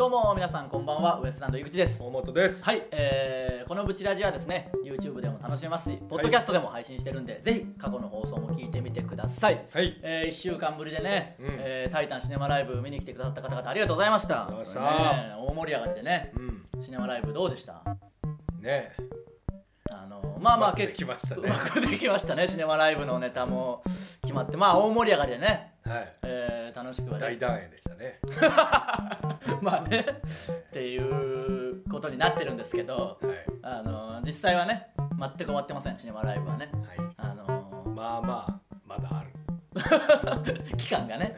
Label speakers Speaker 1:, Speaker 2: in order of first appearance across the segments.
Speaker 1: うも皆さんこんばんはウエストランド井口です
Speaker 2: 大本です
Speaker 1: はい、えーこのブチラジはですね YouTube でも楽しめますしポッドキャストでも配信してるんで、ぜひ過去の放送も聞いてみてください、
Speaker 2: はい
Speaker 1: え1週間ぶりでね、
Speaker 2: うん
Speaker 1: えータイタンシネマライブ」見に来てくださった方々ありがとうございました
Speaker 2: ありがとうございました
Speaker 1: ね大盛り上がりでね
Speaker 2: うん
Speaker 1: シネマライブどうでした
Speaker 2: ねえ
Speaker 1: あのまあまあ
Speaker 2: うまくで
Speaker 1: 結
Speaker 2: き
Speaker 1: 構
Speaker 2: ました
Speaker 1: う
Speaker 2: ね
Speaker 1: まくできましたねシネマライブのネタも決まってまあ大盛り上がりでね、
Speaker 2: はい
Speaker 1: えー楽しくはね
Speaker 2: 大団円でしたね
Speaker 1: まあねっていうことになってるんですけど
Speaker 2: はい
Speaker 1: あの実際はね全く終わってませんシネマライブはね
Speaker 2: は
Speaker 1: あの
Speaker 2: いまあまあまだある
Speaker 1: 期間がね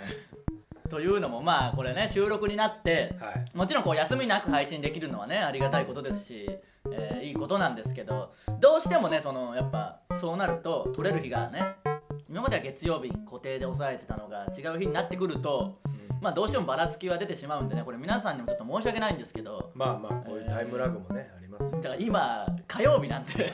Speaker 1: というのもまあこれね収録になって
Speaker 2: はい
Speaker 1: もちろんこう休みなく配信できるのはねありがたいことですし、えーいいことなんですけどどうしてもねそのやっぱそうなると撮れる日がね今までは月曜日固定で抑えてたのが違う日になってくると
Speaker 2: うん
Speaker 1: まあどうしてもばらつきは出てしまうんでねこれ皆さんにもちょっと申し訳ないんですけど
Speaker 2: まあまあこういうタイムラグもねありますよ
Speaker 1: だから今火曜日なんで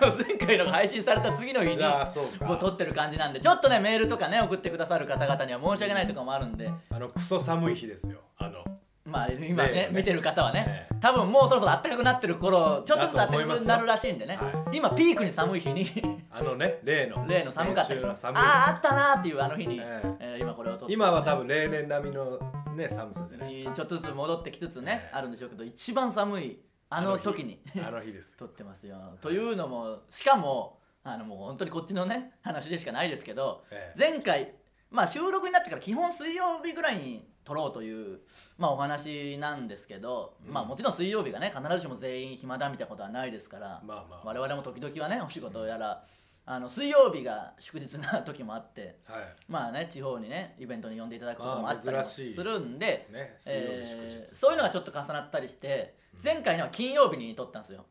Speaker 2: は
Speaker 1: 前回のが配信された次の日
Speaker 2: い
Speaker 1: に
Speaker 2: ああそう
Speaker 1: もう撮
Speaker 2: か
Speaker 1: ってる感じなんでちょっとねメールとかね送ってくださる方々には申し訳ないとかもあるんで
Speaker 2: あのクソ寒い日ですよあの
Speaker 1: まあ今ね
Speaker 2: ねえね
Speaker 1: 見てる方はね、
Speaker 2: ええ
Speaker 1: 多分もうそろそろ暖かくなってる頃ちょっとずつ暖
Speaker 2: だと
Speaker 1: か
Speaker 2: 思います
Speaker 1: く
Speaker 2: よ
Speaker 1: なるらしいんでね、
Speaker 2: は
Speaker 1: 今ピークに寒い日に
Speaker 2: あのね例の
Speaker 1: 例の寒かった
Speaker 2: 先
Speaker 1: 日
Speaker 2: 週
Speaker 1: あ
Speaker 2: の寒い日
Speaker 1: あーあったなーっていうあの日に、
Speaker 2: え
Speaker 1: えー今これを撮って、
Speaker 2: 今は多分例年並みのね寒さじゃないです
Speaker 1: にちょっとずつ戻ってきつつね、
Speaker 2: ええ
Speaker 1: あるんでしょうけど一番寒いあの時に
Speaker 2: かあの日で す
Speaker 1: 撮ってますよというのもしかもあのもう本当にこっちのね話でしかないですけど
Speaker 2: ええ
Speaker 1: 前回、まあ、収録になってから基本水曜日ぐらいに撮ろうという、まあ、お話なんですけど、
Speaker 2: うん
Speaker 1: まあ、もちろん水曜日がね必ずしも全員暇だみたいなことはないですから、
Speaker 2: まあまあ
Speaker 1: 我々も時々はねお仕事やら、あの水曜日が祝日な時もあって
Speaker 2: はい
Speaker 1: まあね地方にねイベントに呼んでいただくことも
Speaker 2: ま
Speaker 1: あ
Speaker 2: あ
Speaker 1: ったりも
Speaker 2: 珍
Speaker 1: す
Speaker 2: しい
Speaker 1: るん
Speaker 2: で
Speaker 1: です
Speaker 2: ね水曜日祝日
Speaker 1: えーそういうのがちょっと重なったりして
Speaker 2: うん
Speaker 1: 前回のは金曜日に撮ったんですよ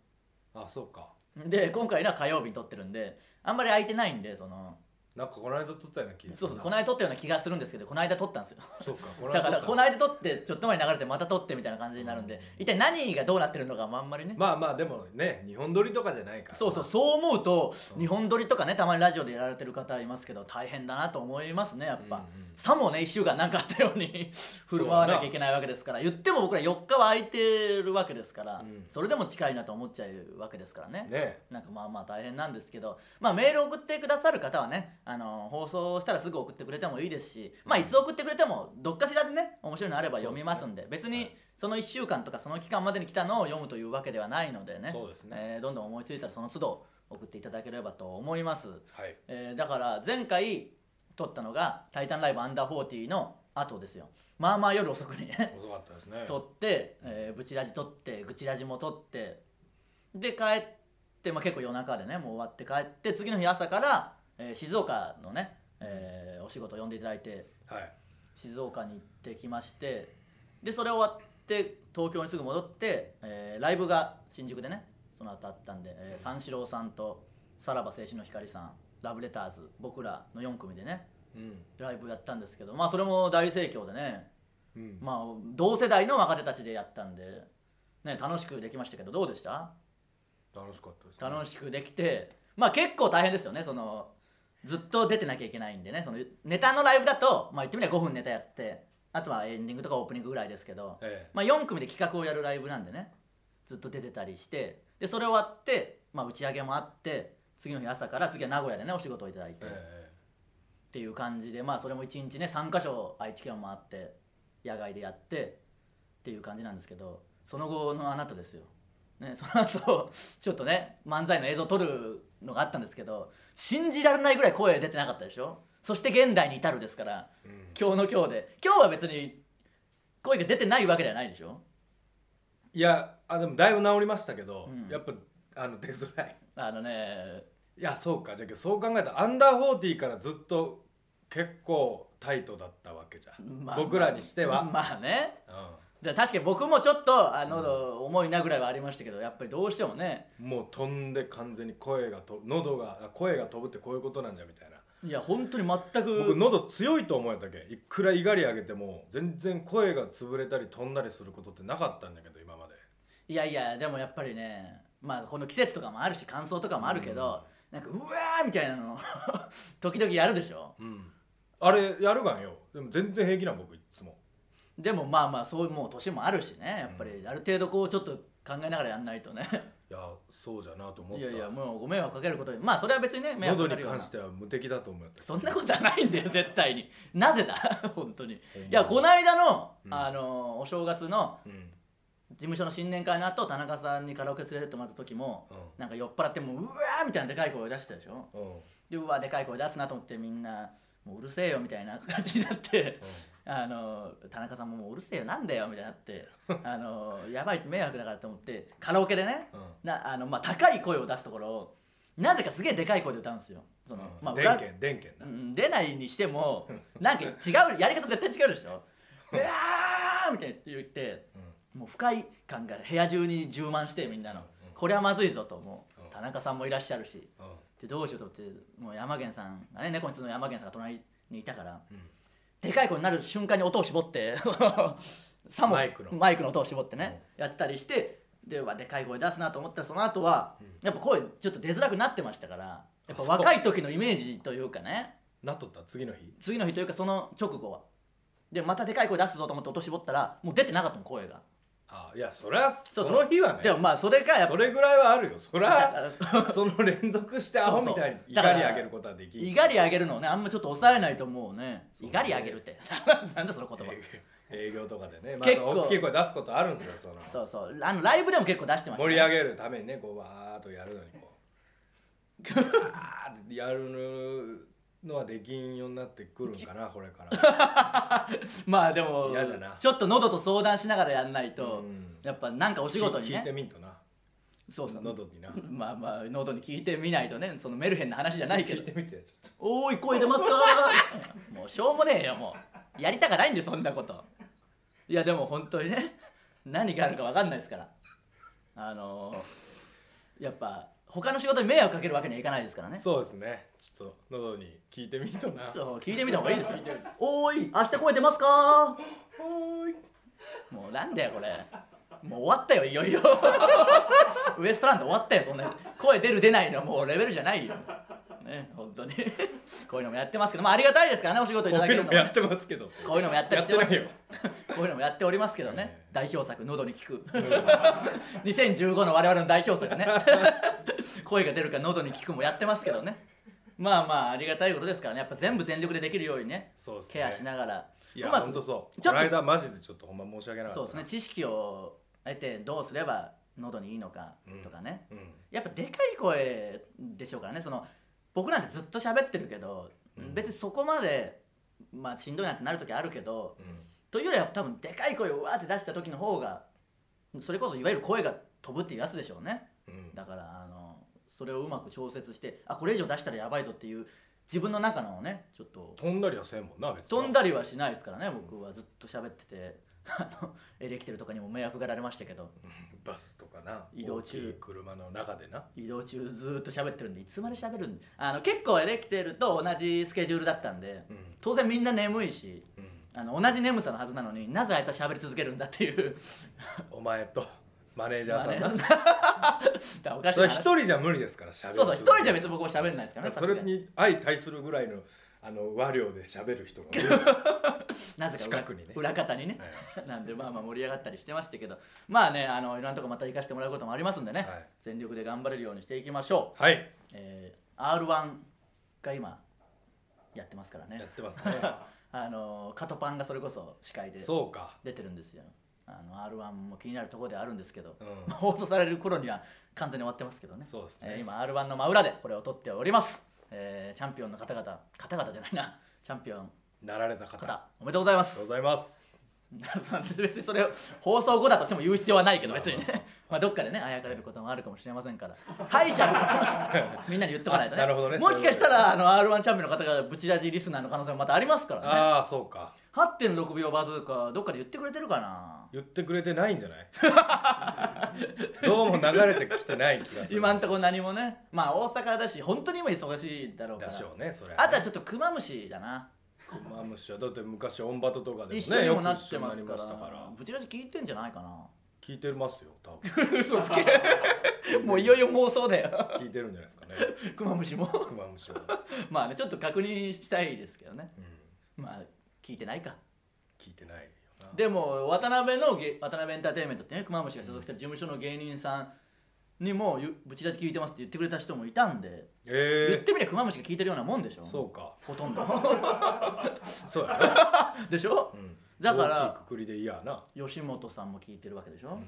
Speaker 2: あそうか
Speaker 1: で今回のは火曜日に撮ってるんであんまり空いてないんでその
Speaker 2: なんかこの間撮ったような気がす
Speaker 1: そうそ
Speaker 2: る
Speaker 1: う
Speaker 2: な
Speaker 1: この間撮ったような気がするんですけどこの間撮ったんですよ
Speaker 2: そうかこの
Speaker 1: だ
Speaker 2: 間撮
Speaker 1: か
Speaker 2: った
Speaker 1: らこの間撮ってちょっと前に流れてまた撮ってみたいな感じになるんで一体何がどうなってるのかもあんまりね、
Speaker 2: まあまあでもね日本撮りとかじゃないから
Speaker 1: そうそう
Speaker 2: ま
Speaker 1: そう思うと
Speaker 2: うん
Speaker 1: 日本撮りとかねたまにラジオでやられてる方いますけど大変だなと思いますねやっぱ、
Speaker 2: うんうん
Speaker 1: さもね1週間なんかあったように振る舞わなきゃいけないわけですから言っても僕ら4日は空いてるわけですから、
Speaker 2: うん
Speaker 1: それでも近いなと思っちゃうわけですからね
Speaker 2: あね
Speaker 1: なんかまあまあ大変なんですけど、まあ、メール送ってくださる方はねあの放送したらすぐ送ってくれてもいいですし、まあ、いつ送ってくれてもどっかしらでね面白いのあれば読みますんで別
Speaker 2: は
Speaker 1: に
Speaker 2: い
Speaker 1: その1週間とかその期間までに来たのを読むというわけではないのでね
Speaker 2: そうですね
Speaker 1: えーどんどん思いついたらその都度送っていただければと思います、
Speaker 2: はい
Speaker 1: えーだから前回撮ったのが「タイタンライブアンダー40」の後ですよまあまあ夜遅くにね
Speaker 2: 遅かったですね
Speaker 1: 撮って、えーブチラジ撮ってグチラジも撮ってで帰って、まあ、結構夜中でねもう終わって帰って次の日朝から、えー静岡のね、えーお仕事呼んでいただいて
Speaker 2: はい
Speaker 1: 静岡に行ってきましてでそれ終わって東京にすぐ戻って、えーライブが新宿でねその後あったんで、えー三四郎さんとさらば青春の光さんラブレターズ僕らの4組でね
Speaker 2: うん
Speaker 1: ライブやったんですけどまあそれも大盛況でね
Speaker 2: うん
Speaker 1: まあ、同世代の若手たちでやったんで、ね、楽しくできましたけどどうでした
Speaker 2: 楽しかったですね
Speaker 1: 楽しくできて、まあ、結構大変ですよねそのずっと出てなきゃいけないんでねそのネタのライブだと、まあ、言ってみれば5分ネタやってあとはエンディングとかオープニングぐらいですけど、
Speaker 2: え
Speaker 1: まあ、4組で企画をやるライブなんでねずっと出てたりしてでそれ終わって、まあ、打ち上げもあって次の日朝から次は名古屋でねお仕事をいただい
Speaker 2: え
Speaker 1: て、
Speaker 2: え
Speaker 1: っていう感じでまあそれも一日ね3か所愛知県を回って野外でやってっていう感じなんですけどその後のあなたですよ、ね、その後ちょっとね漫才の映像撮るのがあったんですけど信じられないぐらい声出てなかったでしょそして現代に至るですから
Speaker 2: えうん
Speaker 1: 今日の今日で今日は別に声が出てないわけではないでしょ
Speaker 2: いやあでもだいぶ治りましたけど
Speaker 1: うん
Speaker 2: やっぱあの出づらい
Speaker 1: あのね
Speaker 2: いやそうかじゃあそう考えたらアンダーフォーティーからずっと結構タイトだったわけじゃん、
Speaker 1: まあ
Speaker 2: 僕らにしては、
Speaker 1: まあね
Speaker 2: う
Speaker 1: で確かに僕もちょっとあ喉重いなぐらいはありましたけどやっぱりどうしてもね
Speaker 2: んもう飛んで完全に声がと喉があ声が飛ぶってこういうことなんじゃみたいない
Speaker 1: や本当に全く
Speaker 2: 僕喉強いと思えたけいくらいがり上げても全然声が潰れたり飛んだりすることってなかったんだけど今まで
Speaker 1: いやいやでもやっぱりねまあこの季節とかもあるし乾燥とかもあるけど、なんかうわーみたいなの 時々やるでしょ
Speaker 2: うんあれやるがんよでも全然平気なん僕いっつも
Speaker 1: でもまあまあそうもう年もあるしねやっぱりある程度こうちょっと考えながらやんないとね
Speaker 2: いやそうじゃなと思っ
Speaker 1: い
Speaker 2: た
Speaker 1: やいやもうご迷惑かけることにまあそれは別にね迷惑
Speaker 2: 喉
Speaker 1: かける
Speaker 2: に
Speaker 1: よう
Speaker 2: 関
Speaker 1: な
Speaker 2: しては無敵だと思った
Speaker 1: そんなことはないんだよ絶対に なぜだ本当にい
Speaker 2: ほんま
Speaker 1: やこの間の、
Speaker 2: うん
Speaker 1: あのお正月の
Speaker 2: うんうん
Speaker 1: 事務所の新年会の後田中さんにカラオケ連れてってもらった時もなんか酔っ払ってもううわーみたいなでかい声出したでしょ
Speaker 2: うんうん
Speaker 1: でうわでかい声出すなと思ってみんなもううるせえよみたいな感じになってあの田中さんももううるせえよなんだよみたいになってあのやばい迷惑だからと思ってカラオケでね
Speaker 2: うん
Speaker 1: なあの、まあ、高い声を出すところをなぜかすげえでかい声で歌うんですよその、
Speaker 2: うん
Speaker 1: まあ、
Speaker 2: 電
Speaker 1: 裏
Speaker 2: 源電源
Speaker 1: う
Speaker 2: なん
Speaker 1: 出ないにしてもなんか違うやり方絶対違うでしょ 「うわー!」みたいな言って
Speaker 2: うん
Speaker 1: もう不快感が部屋中に充満してみんなの
Speaker 2: うん
Speaker 1: これはまずいぞとも
Speaker 2: うん
Speaker 1: う田中さんもいらっしゃるし
Speaker 2: うん
Speaker 1: でどうしようと思ってもう山源さんがね猫につの山源さんが隣にいたから
Speaker 2: うん
Speaker 1: でかい子になる瞬間に音を絞って さも
Speaker 2: マイクの
Speaker 1: マイクの音を絞ってね、やったりしてでうわでかい声出すなと思ったらその後は、やっぱ声ちょっと出づらくなってましたからやっぱ
Speaker 2: あそう
Speaker 1: 若い時のイメージというかね
Speaker 2: なっとった次の日
Speaker 1: 次の日というかその直後はでまたでかい声出すぞと思って音絞ったらもう出てなかったの声が、
Speaker 2: あいやそりゃ
Speaker 1: そ
Speaker 2: そう
Speaker 1: そう
Speaker 2: の日はね
Speaker 1: でもまあそれがやっぱ
Speaker 2: それぐらいはあるよそりゃ
Speaker 1: だから
Speaker 2: その連続してアホみたいに
Speaker 1: そうそうだ
Speaker 2: 怒
Speaker 1: から
Speaker 2: り上げることはできん
Speaker 1: いがり上げるのをねあんまちょっと抑えないともうね
Speaker 2: そう
Speaker 1: いがり上げるって なんだその言葉
Speaker 2: 営業とかでね、まあ、
Speaker 1: 結構
Speaker 2: 大きい声出すことあるんですよその
Speaker 1: そうそうあのライブでも結構出してました
Speaker 2: 盛り上げるためにねこうわーっとやるのにこ うわーってやるのはできんようになってくるんかなこれから、
Speaker 1: まあでも
Speaker 2: 嫌じゃな
Speaker 1: ちょっと喉と相談しながらやんないと、
Speaker 2: うん
Speaker 1: やっぱなんか お仕事に
Speaker 2: 聞いて
Speaker 1: ね
Speaker 2: みんとな
Speaker 1: そうそう
Speaker 2: 喉にな
Speaker 1: まあまあ喉に聞いてみないとねそのメルヘンな話じゃないけ
Speaker 2: 聞い
Speaker 1: ど
Speaker 2: てみてちょっ
Speaker 1: 「おーい声出ますか? 」 もうしょうもねえよもうやりたかないんでそんなこといやでも本当にね何があるか分かんないですからあのーやっぱ他の仕事に迷惑かけるわけにはいかないですから
Speaker 2: と、
Speaker 1: ね
Speaker 2: そうですねちょっと喉に聞いてみんとな
Speaker 1: そう聞いてみた方がいいですよおーい明日声出ますか
Speaker 2: はーい
Speaker 1: もうなんだよこれもう終わったよいよいよ ウエストランド終わったよそんな声出る出ないのもうレベルじゃないよね本当にこういうのもやってますけどまあありがたいですからねお仕事いた
Speaker 2: こ
Speaker 1: だ
Speaker 2: う
Speaker 1: け
Speaker 2: いう
Speaker 1: るのも
Speaker 2: のも
Speaker 1: ね、
Speaker 2: やってますけど
Speaker 1: こういうのもやったり
Speaker 2: やっ
Speaker 1: しててます
Speaker 2: な
Speaker 1: こう
Speaker 2: いよ
Speaker 1: いうのもやっておりますけどね、
Speaker 2: ええ
Speaker 1: 代表作「喉に効く」2015の我々の代表 作ね声が出るか喉に効くもやってますけどねまあまあありがたいことですからねやっぱ全部全力でできるようにね
Speaker 2: そうですね
Speaker 1: ケアしながら
Speaker 2: いや
Speaker 1: うま
Speaker 2: ほん
Speaker 1: く
Speaker 2: とそう
Speaker 1: ちょ
Speaker 2: こ
Speaker 1: っと
Speaker 2: の間マジでちょっとほんま申し訳なかった
Speaker 1: そうですね知識を得てどうすれば喉にいいのかとかね、
Speaker 2: うん
Speaker 1: やっぱでかい声でしょうからねその僕なんてずっと喋ってるけど、
Speaker 2: うん
Speaker 1: 別にそこまで、まあ、しんどいなってなる時あるけど
Speaker 2: うん
Speaker 1: というよりは多分でかい声をわーって出した時の方がそれこそいわゆる声が飛ぶっていうやつでしょうね
Speaker 2: うん
Speaker 1: だからあのそれをうまく調節してあこれ以上出したらやばいぞっていう自分の中のねちょっと
Speaker 2: 飛んだりはせんもんな別に
Speaker 1: 飛んだりはしないですからね僕はずっと喋ってて あのエレキテルとかにも迷惑がられましたけど
Speaker 2: うんバスとかな
Speaker 1: 移動中
Speaker 2: 大きい車の中でな
Speaker 1: 移動中ずーっと喋ってるんでいつまで喋るんあの結構エレキテルと同じスケジュールだったんで
Speaker 2: うん
Speaker 1: 当然みんな眠いし
Speaker 2: うん
Speaker 1: あの同じ眠さのはずなのになぜあいつは喋り続けるんだっていう
Speaker 2: お前 とマネージャーさん
Speaker 1: まあ
Speaker 2: な
Speaker 1: ね だからおかし
Speaker 2: それ
Speaker 1: な
Speaker 2: 一
Speaker 1: 話
Speaker 2: 人じゃ無理ですから喋る
Speaker 1: そうそう一人じゃ別に僕も喋んないですからね
Speaker 2: それに相対するぐらいのあの和量で喋る人が多いです
Speaker 1: なぜか裏
Speaker 2: 近くにね
Speaker 1: 裏方 にね、なんでまあまあ盛り上がったりしてましたけどまあねあのいろんなとこまた行かせてもらうこともありますんでね、
Speaker 2: はい
Speaker 1: 全力で頑張れるようにしていきましょう
Speaker 2: はい、はい、
Speaker 1: えー、R1 が今やってますからね
Speaker 2: やってます ね
Speaker 1: あのカトパンがそれこそ司会で
Speaker 2: そうか
Speaker 1: 出てるんですよあの r 1も気になるところではあるんですけど、
Speaker 2: う ん
Speaker 1: 放送される頃には完全に終わってますけどね
Speaker 2: そうですね
Speaker 1: えー今 r 1の真裏でこれを撮っております、えーチャンピオンの方々方々じゃないなチャンピオン
Speaker 2: なられた方ありが
Speaker 1: 方おめでとうございま
Speaker 2: とう
Speaker 1: す
Speaker 2: ございます
Speaker 1: 別にそれを放送後だとしても言う必要はないけど別にねまあどっかでねあやかれることもあるかもしれませんから敗 者のみんなに言っとかないとね
Speaker 2: あなるほどね
Speaker 1: もしかしたらあの r 1チャンピオンの方がブチラジリスナーの可能性もまたありますからね
Speaker 2: ああそうか
Speaker 1: 8.6秒バズーカどっかで言ってくれてるかな
Speaker 2: 言ってくれてないんじゃない どうも流れてきてない気がする
Speaker 1: 今んとこ何もねまあ大阪だし本当に今忙しいだろうか
Speaker 2: だ
Speaker 1: ら
Speaker 2: しょうねそれ
Speaker 1: あとはちょっとクマムシだな
Speaker 2: クマムシはだって昔オンバトとかでもね
Speaker 1: 一緒にも
Speaker 2: よく
Speaker 1: なってます
Speaker 2: 一
Speaker 1: か
Speaker 2: 緒にな
Speaker 1: ら
Speaker 2: りましたから
Speaker 1: ブチラジ聞いてんじゃないかな
Speaker 2: 聞いてますよ多分
Speaker 1: 嘘つけ もういよいよ妄想だよ
Speaker 2: 聞いてるんじゃないですかね
Speaker 1: クマムシも
Speaker 2: クマムシは、
Speaker 1: まあねちょっと確認したいですけどね
Speaker 2: うん、
Speaker 1: まあ聞いてないか
Speaker 2: 聞いてないようん
Speaker 1: でも渡辺のゲ渡辺エンターテインメントってねクマムシが所属してる事務所の芸人さんにもゆぶちだち聞いてますって言ってくれた人もいたんで、言っ
Speaker 2: え
Speaker 1: てみりゃクマムシが聞いてるようなもんでしょ
Speaker 2: ー、そうか
Speaker 1: ほとんど
Speaker 2: そうやな、
Speaker 1: でしょ
Speaker 2: うん
Speaker 1: だから
Speaker 2: 大きいくくりでいいやな、
Speaker 1: 吉本さんも聞いてるわけでし
Speaker 2: う
Speaker 1: ょ、
Speaker 2: ん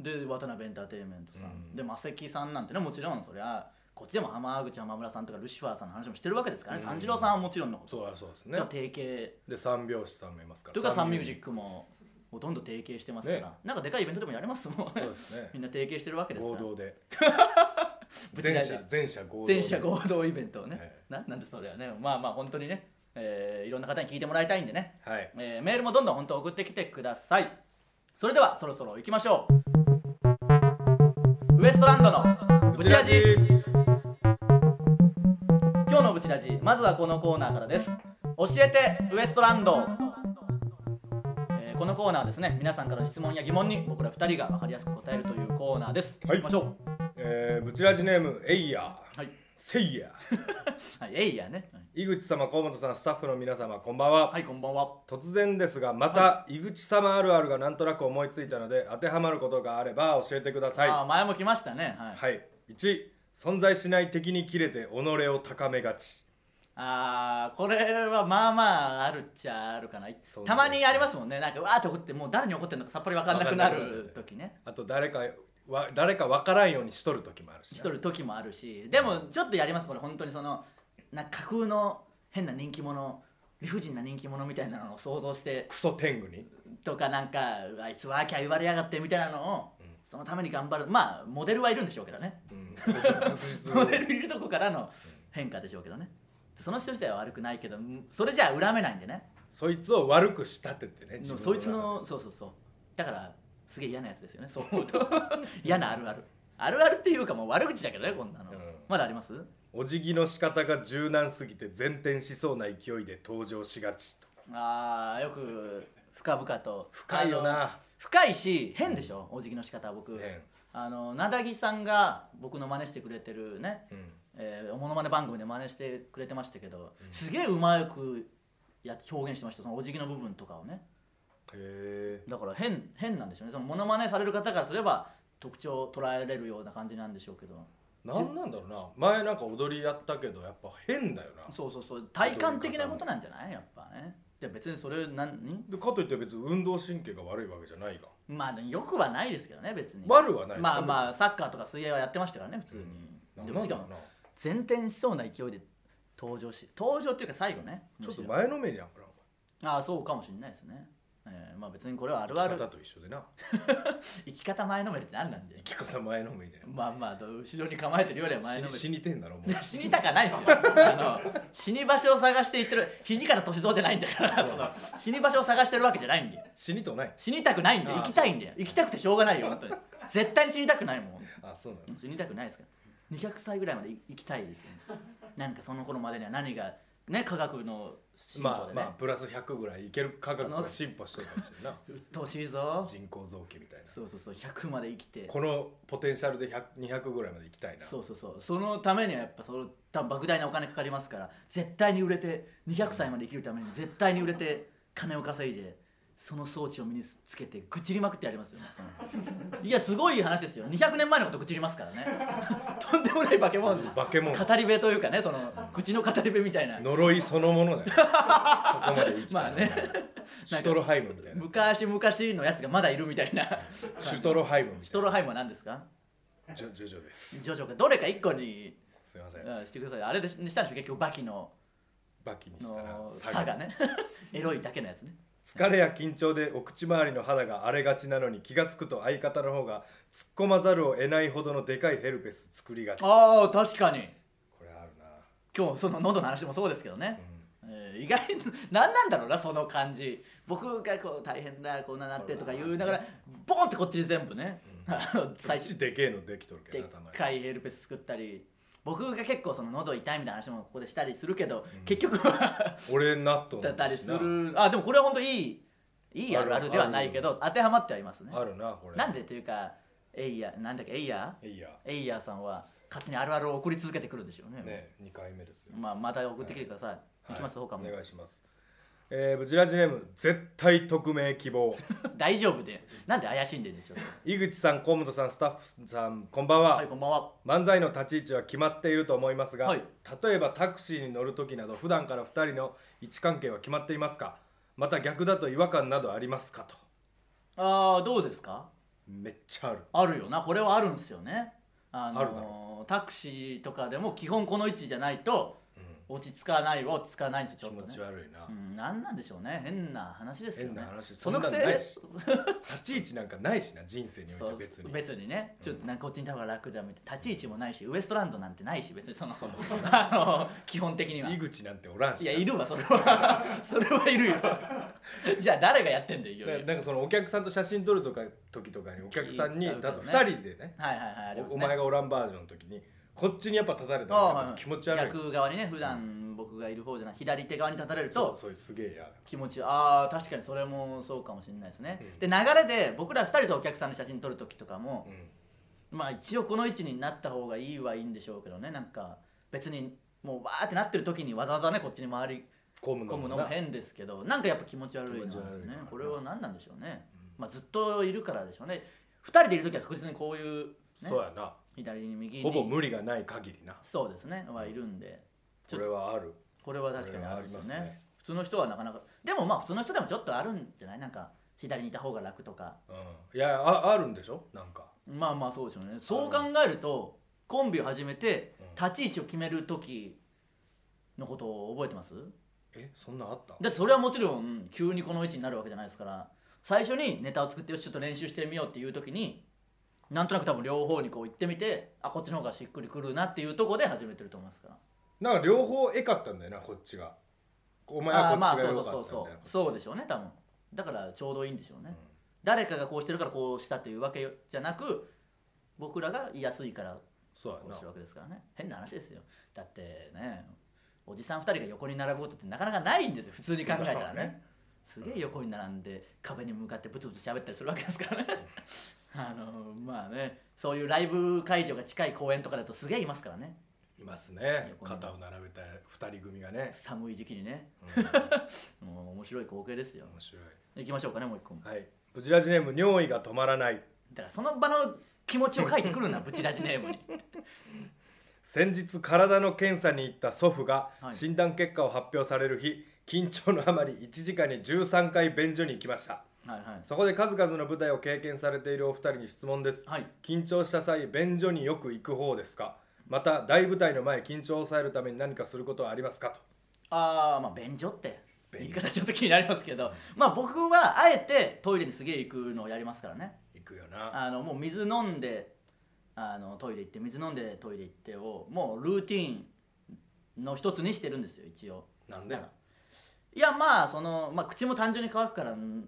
Speaker 1: で渡辺エンターテインメントさん、
Speaker 2: うん
Speaker 1: でマセキさんなんてねもちろんそりゃこっちでも浜口浜村さんとかルシファーさんの話もしてるわけですからね、
Speaker 2: うん
Speaker 1: 三四郎さんはもちろんのこと、
Speaker 2: そうやそうです
Speaker 1: だ
Speaker 2: ね
Speaker 1: から提携
Speaker 2: で三拍子さんもいますから
Speaker 1: とかサンミュージックもほとんど提携してますから、
Speaker 2: ね
Speaker 1: なんかでかいイベントでもやれますもん
Speaker 2: そ
Speaker 1: ね
Speaker 2: うですね
Speaker 1: みんな提携してるわけですか
Speaker 2: 合
Speaker 1: ら
Speaker 2: 同で
Speaker 1: ぶち
Speaker 2: 全
Speaker 1: 大事
Speaker 2: 社全社合同で
Speaker 1: 全社合同イベントをね、
Speaker 2: え
Speaker 1: ななんでそれはねまあまあ本当にね、えーいろんな方に聞いてもらいたいんでね、
Speaker 2: はい
Speaker 1: えーメールもどんどん本当送ってきてくださいそれではそろそろ行きましょうウエストランドのブチラジ今日のブチラジまずはこのコーナーからです教えてウエストランド、えーこのコーナーはですね皆さんからの質問や疑問に僕ら2人が分かりやすく答えるというコーナーです、
Speaker 2: はい
Speaker 1: 行きましょう
Speaker 2: えー、ブチラジネームエイヤー
Speaker 1: はい、
Speaker 2: セイヤー
Speaker 1: はい、えいやねはい
Speaker 2: 井口様河本さんスタッフの皆様こんばんは、
Speaker 1: はいこんばんは
Speaker 2: 突然ですがまた井口様あるあるがなんとなく思いついたので当てはまることがあれば教えてください
Speaker 1: あー前も来ましたねはい、
Speaker 2: はい1存在しない敵に切れて己を高めがち
Speaker 1: あーこれはまあまああるっちゃあるかな
Speaker 2: そう
Speaker 1: たまにありますもんねなんかわーって怒ってもう誰に怒ってるのかさっぱり分かんなくなる時ね
Speaker 2: あと誰かわ誰か分からんようにしとる時もあるし
Speaker 1: し
Speaker 2: ね、
Speaker 1: とる時もあるしでもちょっとやりますこれ本当にそのなんか架空の変な人気者理不尽な人気者みたいなのを想像して
Speaker 2: クソ天狗に
Speaker 1: とかなんかあいつワーキャー言われやがってみたいなのを
Speaker 2: うん
Speaker 1: そのために頑張るまあモデルはいるんでしょうけどね
Speaker 2: うん、確実
Speaker 1: モ
Speaker 2: に
Speaker 1: デルいるとこからの変化でしょうけどねその人自体は悪くないけどそれじゃあ恨めないんでね
Speaker 2: そいつを悪く仕立ててね自
Speaker 1: の
Speaker 2: 分
Speaker 1: そいつ
Speaker 2: 中
Speaker 1: のそうそうそうだからすげえ嫌なやつですよねそう思うと 嫌なあるあるあるあるっていうかもう悪口だけどねこんなの、
Speaker 2: うん
Speaker 1: まだあります
Speaker 2: でお辞儀の仕方が柔軟すぎて前転しそうな勢いで登場しがちと
Speaker 1: あーよく深々と
Speaker 2: 深いよな
Speaker 1: あの深いし変でしょ、お辞儀の仕方は僕、
Speaker 2: 変
Speaker 1: あのなだぎさんが僕の真似してくれてるね、
Speaker 2: うん
Speaker 1: えー、おものまね番組で真似してくれてましたけど、すげえうまくや表現してましたそのお辞儀の部分とかをね
Speaker 2: へえ
Speaker 1: だから変変なんでしょうねそのモノマネされる方からすれば特徴を捉えれるような感じなんでしょうけど
Speaker 2: 何なんだろうな前なんか踊りやったけどやっぱ変だよな
Speaker 1: そうそうそう体感的なことなんじゃないやっぱねで別にそれ何
Speaker 2: でかといって別に運動神経が悪いわけじゃないが
Speaker 1: まあよくはないですけどね別に
Speaker 2: 悪はない
Speaker 1: まあま
Speaker 2: あ
Speaker 1: あサッカーとか水泳はやってましたからね普通に、で
Speaker 2: 何
Speaker 1: も
Speaker 2: な
Speaker 1: し
Speaker 2: ん
Speaker 1: か
Speaker 2: だ
Speaker 1: も
Speaker 2: ろうな
Speaker 1: 前転しそうな勢いで登場し登場っていうか最後ね
Speaker 2: ちょっと
Speaker 1: むし
Speaker 2: 前のめりやから
Speaker 1: ろああそうかもしれないですね、えーまあ別にこれはあるあ
Speaker 2: 生き
Speaker 1: る
Speaker 2: 方と一緒でな
Speaker 1: 生き方前のめりって何なんで
Speaker 2: 生き方前のめりで
Speaker 1: まあまあどう後ろに構えてるよりは前のめ
Speaker 2: 死
Speaker 1: り
Speaker 2: に死にてんだろもう
Speaker 1: いや死にたかないですよあの死に場所を探していってる肘から歳三じゃないんだからその死に場所を探してるわけじゃないんで
Speaker 2: 死にとうない
Speaker 1: 死にたくないんで
Speaker 2: ああ
Speaker 1: 行きたいんで行きたくてしょうがないよ本当に絶対に死にたくないもん
Speaker 2: あそうなの
Speaker 1: 死にたくないですから200歳ぐらいまで生きたいですよねなんかその頃までには何がね科学の進歩
Speaker 2: まあ
Speaker 1: でね、
Speaker 2: まあプラス100ぐらいいける科学が進歩してるかもしれんな
Speaker 1: うっとうしいぞ
Speaker 2: 人工臓器みたいな
Speaker 1: そうそうそう100まで生きて
Speaker 2: このポテンシャルで100 200ぐらいまで行きたいな
Speaker 1: そうそうそうそのためにはやっぱその多分莫大なお金かかりますから絶対に売れて200歳まで生きるために絶対に売れて金を稼いでその装置を身につけて愚痴りまくってやりますよ、ね、そのいやすごい話ですよ200年前のこと愚痴りますからねとんでもない化け物です
Speaker 2: 化け物
Speaker 1: 語り部というかねその愚痴の語り部みたいな
Speaker 2: 呪いそのものだよそこまで生きたら
Speaker 1: まあね
Speaker 2: シュトロハイムみたいな
Speaker 1: 昔々のやつがまだいるみた いな
Speaker 2: シュトロハイムみ
Speaker 1: シト
Speaker 2: たい
Speaker 1: ロ
Speaker 2: な
Speaker 1: ハイムは何ですか
Speaker 2: ジョジョジョです
Speaker 1: ジョジョかどれか1個に、
Speaker 2: すいません
Speaker 1: うんしてくださいあれでにしたんでしょ結局バキの
Speaker 2: バキにしたら
Speaker 1: の
Speaker 2: サ
Speaker 1: 差
Speaker 2: ガ
Speaker 1: がね エロいだけのやつね
Speaker 2: 疲れや緊張でお口周りの肌が荒れがちなのに気がつくと相方の方が突っ込まざるを得ないほどのでかいヘルペス作りがちこ
Speaker 1: ああ確かに
Speaker 2: れあるな、
Speaker 1: 今日その喉の話もそうですけどね
Speaker 2: う、ん
Speaker 1: えー意外に何なんだろうなその感じ僕がこう大変だこんななってとか言いながらボーンってこっちで全部ね、あの最初
Speaker 2: 口でけえのできとるけ
Speaker 1: でっ
Speaker 2: どなたまに
Speaker 1: かいヘルペス作ったり僕が結構その喉痛いみたいな話もここでしたりするけど、結局は
Speaker 2: 俺納豆
Speaker 1: だっ
Speaker 2: なん
Speaker 1: た
Speaker 2: だ
Speaker 1: り
Speaker 2: し
Speaker 1: す
Speaker 2: な
Speaker 1: るあでもこれは本当いいいいあるあるではないけど当てはまってはいますね
Speaker 2: あるなこれ
Speaker 1: なんでというかエイヤーなんだっけエイヤー
Speaker 2: いいや
Speaker 1: エイヤーさんは勝手にあるあるを送り続けてくるんでしょうね
Speaker 2: ね二回目ですよ
Speaker 1: まあ、また送ってきてください。い、きます、他も。
Speaker 2: お願いしますえー、ブチラジネーム絶対匿名 希望
Speaker 1: 大丈夫でなんで怪しんでんでしょう
Speaker 2: 井口さん河本さんスタッフさんこんばんは、
Speaker 1: はいこんばんは
Speaker 2: 漫才の立ち位置は決まっていると思いますが、
Speaker 1: はい
Speaker 2: 例えばタクシーに乗る時など普段から2人の位置関係は決まっていますかまた逆だと違和感などありますかと
Speaker 1: ああどうですか
Speaker 2: めっちゃある
Speaker 1: あるよなこれはあるんですよねあのー
Speaker 2: あるだろ
Speaker 1: タクシーとかでも基本この位置じゃないと落ち着かないは落ち着かないんです
Speaker 2: 気
Speaker 1: よちょ
Speaker 2: 持
Speaker 1: っと
Speaker 2: ち
Speaker 1: ね
Speaker 2: 悪いな、
Speaker 1: うん、なんなんでしょうね変な話ですけどね
Speaker 2: 変な話
Speaker 1: そのく
Speaker 2: そんなんな
Speaker 1: せ
Speaker 2: いし 立ち位置なんかないしな人生において
Speaker 1: そう
Speaker 2: は別に
Speaker 1: 別にねちょっとなんかこっちにいた方が楽だみたいな立ち位置もないしウエストランドなんてないし別にその あの基本的には
Speaker 2: 井口なんておらんし
Speaker 1: い
Speaker 2: な
Speaker 1: やいるわそれは それはいるよじゃあ誰がやってんだよいよい
Speaker 2: な
Speaker 1: よ
Speaker 2: なんかそのお客さんと写真撮るとか時とかにお客さんに
Speaker 1: 気
Speaker 2: だ
Speaker 1: 遣うとね
Speaker 2: と2人でね
Speaker 1: はいはいはいあります
Speaker 2: お
Speaker 1: ね
Speaker 2: お前がおらんバージョンの時にこっちにやっぱ立たれた
Speaker 1: ああは
Speaker 2: ら
Speaker 1: い
Speaker 2: 気持ち悪い
Speaker 1: 逆側にね普段僕がいる方じゃない左手側に立たれる
Speaker 2: そう
Speaker 1: と
Speaker 2: そういうすげえ嫌だ
Speaker 1: 気持ちああ確かにそれもそうかもしれないですね、
Speaker 2: うん
Speaker 1: で流れで僕ら2人とお客さんの写真撮る時とかも
Speaker 2: う、ん
Speaker 1: まあ一応この位置になった方がいいはいいんでしょうけどねなんか別にもうわーってなってる時にわざわざねこっちに回り
Speaker 2: 混む
Speaker 1: 込
Speaker 2: の
Speaker 1: む
Speaker 2: も
Speaker 1: のも
Speaker 2: な
Speaker 1: 変ですけどなんかやっぱ気持ち悪いなんですよ
Speaker 2: 気持ち悪い
Speaker 1: ね
Speaker 2: な
Speaker 1: これは何なんでしょうね、まあずっといるからでしょうね2人でいる時は確実にこういう、ね
Speaker 2: そう、やな
Speaker 1: 左に右に
Speaker 2: ほぼ無理がない限りな
Speaker 1: そうですねはいるんでち
Speaker 2: こ
Speaker 1: ょ
Speaker 2: れはある
Speaker 1: これは確かにあるんですよ
Speaker 2: これ
Speaker 1: ね
Speaker 2: はありますね
Speaker 1: 普通の人はなかなかでもまあ普通の人でもちょっとあるんじゃないなんか左にいた方が楽とか
Speaker 2: うんいやああるんでしょなんか
Speaker 1: まあまあそうでしょうねそう考えるとコンビを始めて立ち位置を決める時のことを覚えてます
Speaker 2: えそんなんあった
Speaker 1: だってそれはもちろん急にこの位置になるわけじゃないですから最初にネタを作ってよしちょっと練習してみようっていう時になんとなく多分両方にこう行ってみてあこっちの方がしっくりくるなっていうところで始めてると思いますから
Speaker 2: なんか両方えかったんだよなこっちがお前
Speaker 1: あーま
Speaker 2: は
Speaker 1: あ
Speaker 2: こっち
Speaker 1: そ
Speaker 2: が
Speaker 1: うそ
Speaker 2: 良
Speaker 1: う
Speaker 2: か
Speaker 1: そ
Speaker 2: っ
Speaker 1: うそ
Speaker 2: たみたいな
Speaker 1: うそうでしょうね多分だからちょうどいいんでしょうね、誰かがこうしてるからこうしたっていうわけじゃなく僕らが言いやすいから
Speaker 2: そう
Speaker 1: こう
Speaker 2: や
Speaker 1: してる
Speaker 2: な
Speaker 1: わけですからね変な話ですよだってねおじさん2人が横に並ぶことってなかなかないんですよ普通に考えた
Speaker 2: ま
Speaker 1: ら
Speaker 2: あ
Speaker 1: ね
Speaker 2: ね
Speaker 1: すげえ横に並んで壁に向かってブツブツ喋ったりするわけですからね あのまあねそういうライブ会場が近い公園とかだとすげえいますからね
Speaker 2: いますね
Speaker 1: 横に
Speaker 2: 肩を並べた二人組がね
Speaker 1: 寒い時期にね
Speaker 2: うん面
Speaker 1: もう面白い光景ですよ
Speaker 2: 白い
Speaker 1: 行きましょうかねもう一個も
Speaker 2: はいブチラジネーム尿意が止まらない
Speaker 1: だからその場の気持ちを書いてく るなブチラジネームに
Speaker 2: 先日体の検査に行った祖父が
Speaker 1: はい
Speaker 2: 診断結果を発表される日緊張のあまり1時間に13回便所に行きました
Speaker 1: はいはい
Speaker 2: そこで数々の舞台を経験されているお二人に質問です
Speaker 1: はい
Speaker 2: 緊張した際便所によく行く方ですかまた大舞台の前緊張を抑えるために何かすることはありますかと
Speaker 1: ああまあ便所って
Speaker 2: 便
Speaker 1: 言い
Speaker 2: 所
Speaker 1: 方ちょっと気になりますけどまあ僕はあえてトイレにすげえ行くのをやりますからね
Speaker 2: 行くよな
Speaker 1: あのもう水飲んであのトイレ行って水飲んでトイレ行ってをもうルーティーンの一つにしてるんですよ一応
Speaker 2: なんで
Speaker 1: だからいやまあその、まあ、口も単純に乾くからん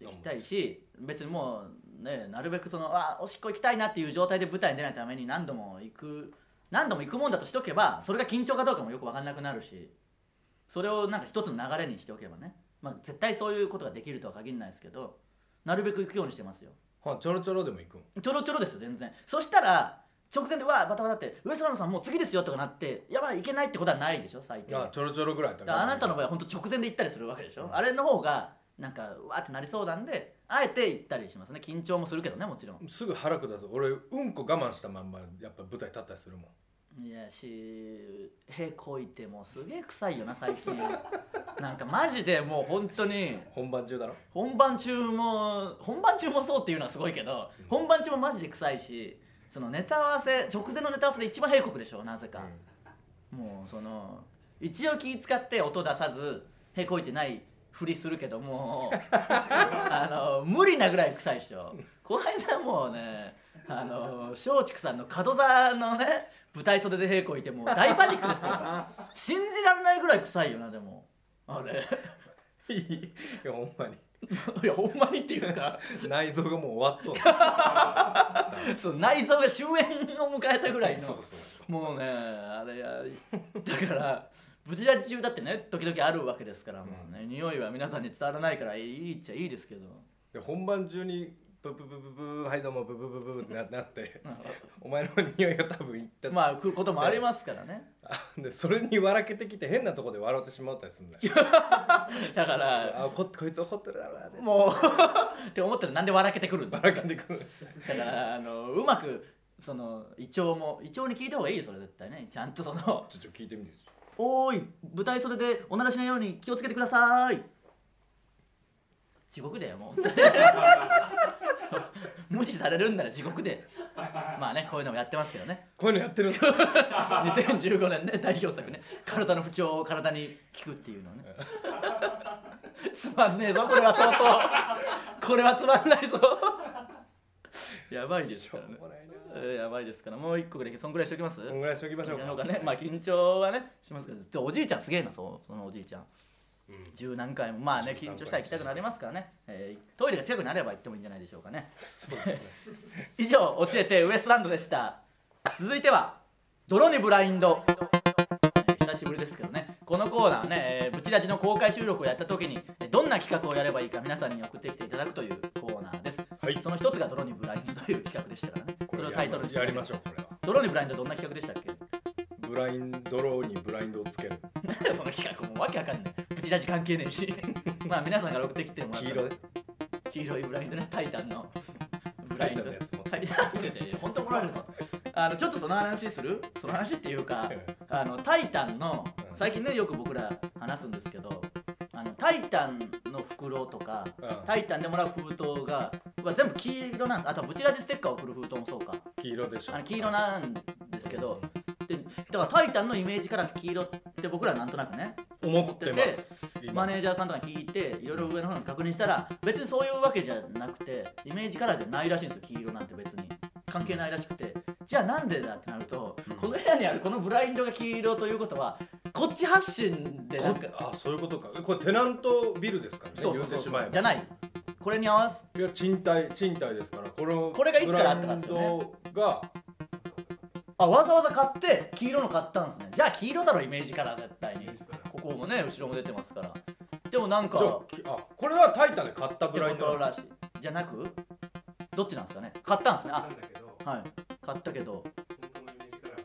Speaker 1: 行きたいし別にもうねなるべくそのあおしっこ行きたいなっていう状態で舞台に出ないために何度も行く何度も行くもんだとしとけばそれが緊張かどうかもよく分かんなくなるしそれをなんか一つの流れにしておけばね、まあ、絶対そういうことができるとは限らないですけどなるべく行くようにしてますよ
Speaker 2: ほんちょろちょろでも行くん
Speaker 1: ちょろちょろですよ全然そしたら直前でうわバタバタってウエストランドさんもう次ですよとかなってやばい行けないってことはないでしょ最低
Speaker 2: あちょろちょろぐらいだった
Speaker 1: だ
Speaker 2: か
Speaker 1: から
Speaker 2: ら
Speaker 1: あなたの場合は本当直前で行ったりするわけでしょ、あれの方がなんかうわーってなりそうなんであえて行ったりしますね緊張もするけどねもちろん
Speaker 2: すぐ腹下す俺うんこ我慢したまんまやっぱ舞台立ったりするもん
Speaker 1: いやしへこいてもうすげえ臭いよな最近なんかマジでもう本当に
Speaker 2: 本番中だろ
Speaker 1: 本番中も本番中もそうっていうのはすごいけど、本番中もマジで臭いしそのネタ合わせ直前のネタ合わせで一番閉国でしょなぜか、もうその一応気使って音出さずへこいてないふりするけどもあの無理なぐらい臭いでしょこの間もうねあの松竹さんの門座のね舞台袖でへこいてもう大パニックですよ信じられないぐらい臭いよなでもあれ
Speaker 2: いいやほんまに
Speaker 1: いやほんまにっていうか
Speaker 2: 内臓がもう終わっとんの
Speaker 1: そう内臓が終焉を迎えたぐらいの
Speaker 2: そうそう
Speaker 1: もうねあれやだからブチラジ中だってね時々あるわけですからもうね、匂いは皆さんに伝わらないからいいっちゃいいですけど
Speaker 2: で本番中にブブブブブはいどうもブブブブブってななって
Speaker 1: う
Speaker 2: お前の匂いが多分いった
Speaker 1: んまあ食うこともありますからね
Speaker 2: あでそれに笑けてきて変なとこで笑ってしまったりするんだよ
Speaker 1: だから
Speaker 2: あ怒ってこいつ怒ってるだろうな絶対
Speaker 1: もうって思ったらなんで笑けてくるんだ
Speaker 2: 笑けてくる
Speaker 1: だからあのうまくその胃腸も胃腸に聞いた方がいいよそれ絶対ねちゃんとその
Speaker 2: ちょっと聞いてみて
Speaker 1: 「おーい舞台袖でおならしないように気をつけてくださーい」地獄だよもう 無視されるんなら地獄でまあねこういうのもやってますけどね
Speaker 2: こういうのやってるんだ
Speaker 1: 2015年ね代表作ね体の不調を体に効くっていうのねつまんねえぞこれは相当これはつまんないぞやばいです
Speaker 2: しょ
Speaker 1: からね
Speaker 2: うもないな
Speaker 1: えーやばいですからもう一個ぐらいそんぐらいしておきます、
Speaker 2: こんぐらいしときましょう
Speaker 1: な
Speaker 2: か
Speaker 1: のかねまあ緊張はねしますけどでおじいちゃんすげえなそうそのおじいちゃん
Speaker 2: うん
Speaker 1: 十何回もまあね
Speaker 2: 13
Speaker 1: 緊張したら行きたくなりますからね、えートイレが近くにあれば行ってもいいんじゃないでしょうかね
Speaker 2: そうですね
Speaker 1: 以上教えてウエストランドでした続いては泥にブラインドえー久しぶりですけどねこのコーナーはね、えーブチラジの公開収録をやった時にえーどんな企画をやればいいか皆さんに送ってきていただくというコーナーです、
Speaker 2: はい
Speaker 1: その一つが泥にブラインドという企画でしたからね
Speaker 2: こ
Speaker 1: それを
Speaker 2: れ
Speaker 1: タイトルにして
Speaker 2: やりましょうこれは
Speaker 1: 泥にブラインドどんな企画でしたっけ
Speaker 2: ブラインドローにブラインドをつける
Speaker 1: なん だよその企画もうわけわかんないプチラジ関係ねえ しまあ皆さんから送ってきてもらっ
Speaker 2: 黄
Speaker 1: た
Speaker 2: 色で
Speaker 1: 黄色いブラインドねタイタンのブラインド
Speaker 2: タイタンのやつも
Speaker 1: タイタンってね本当怒られるぞあのちょっとその話するその話っていうか
Speaker 2: うん
Speaker 1: あのタイタンの
Speaker 2: うん
Speaker 1: 最近ねよく僕ら話すんですけどあのタイタンの袋とか、
Speaker 2: うん
Speaker 1: タイタンでもらう封筒がまあ全部黄色なんですあとはブチラジステッカーを送る封筒もそうか
Speaker 2: 黄色でしょ
Speaker 1: あの黄色なんですけどでだから「タイタン」のイメージから黄色って僕らなんとなくね
Speaker 2: 思ってます
Speaker 1: マ
Speaker 2: 今
Speaker 1: ネージャーさんとかに聞いていろいろ上の方に確認したら別にそういうわけじゃなくてイメージカラーじゃないらしいんですよ黄色なんて別に関係ないらしくてじゃあなんでだってなると、
Speaker 2: うん
Speaker 1: この部屋にあるこのブラインドが黄色ということはこっち発信でなんか
Speaker 2: こあそういうことかえこれテナントビルですからね
Speaker 1: そうそう
Speaker 2: 言う
Speaker 1: そう
Speaker 2: てしまえば
Speaker 1: じゃないこれに合わせ
Speaker 2: いや賃貸賃貸ですからこの
Speaker 1: これがいつからあったかですよね
Speaker 2: ブランドが
Speaker 1: あわざわざ買って黄色の買ったんですねじゃあ黄色だろイメージカラー絶対にここもね後ろも出てますからでもなんか
Speaker 2: じゃあきあこれはタイタンで買ったブ
Speaker 1: ブ
Speaker 2: ラ
Speaker 1: ラ
Speaker 2: イ
Speaker 1: イ
Speaker 2: ン
Speaker 1: ン
Speaker 2: ド
Speaker 1: ド
Speaker 2: なん
Speaker 1: ら
Speaker 2: で
Speaker 1: しいじゃなくどっちなんですかね買ったんですね
Speaker 3: なん
Speaker 1: あ
Speaker 3: だけど、
Speaker 1: はい買ったけど
Speaker 3: 本当のイメージから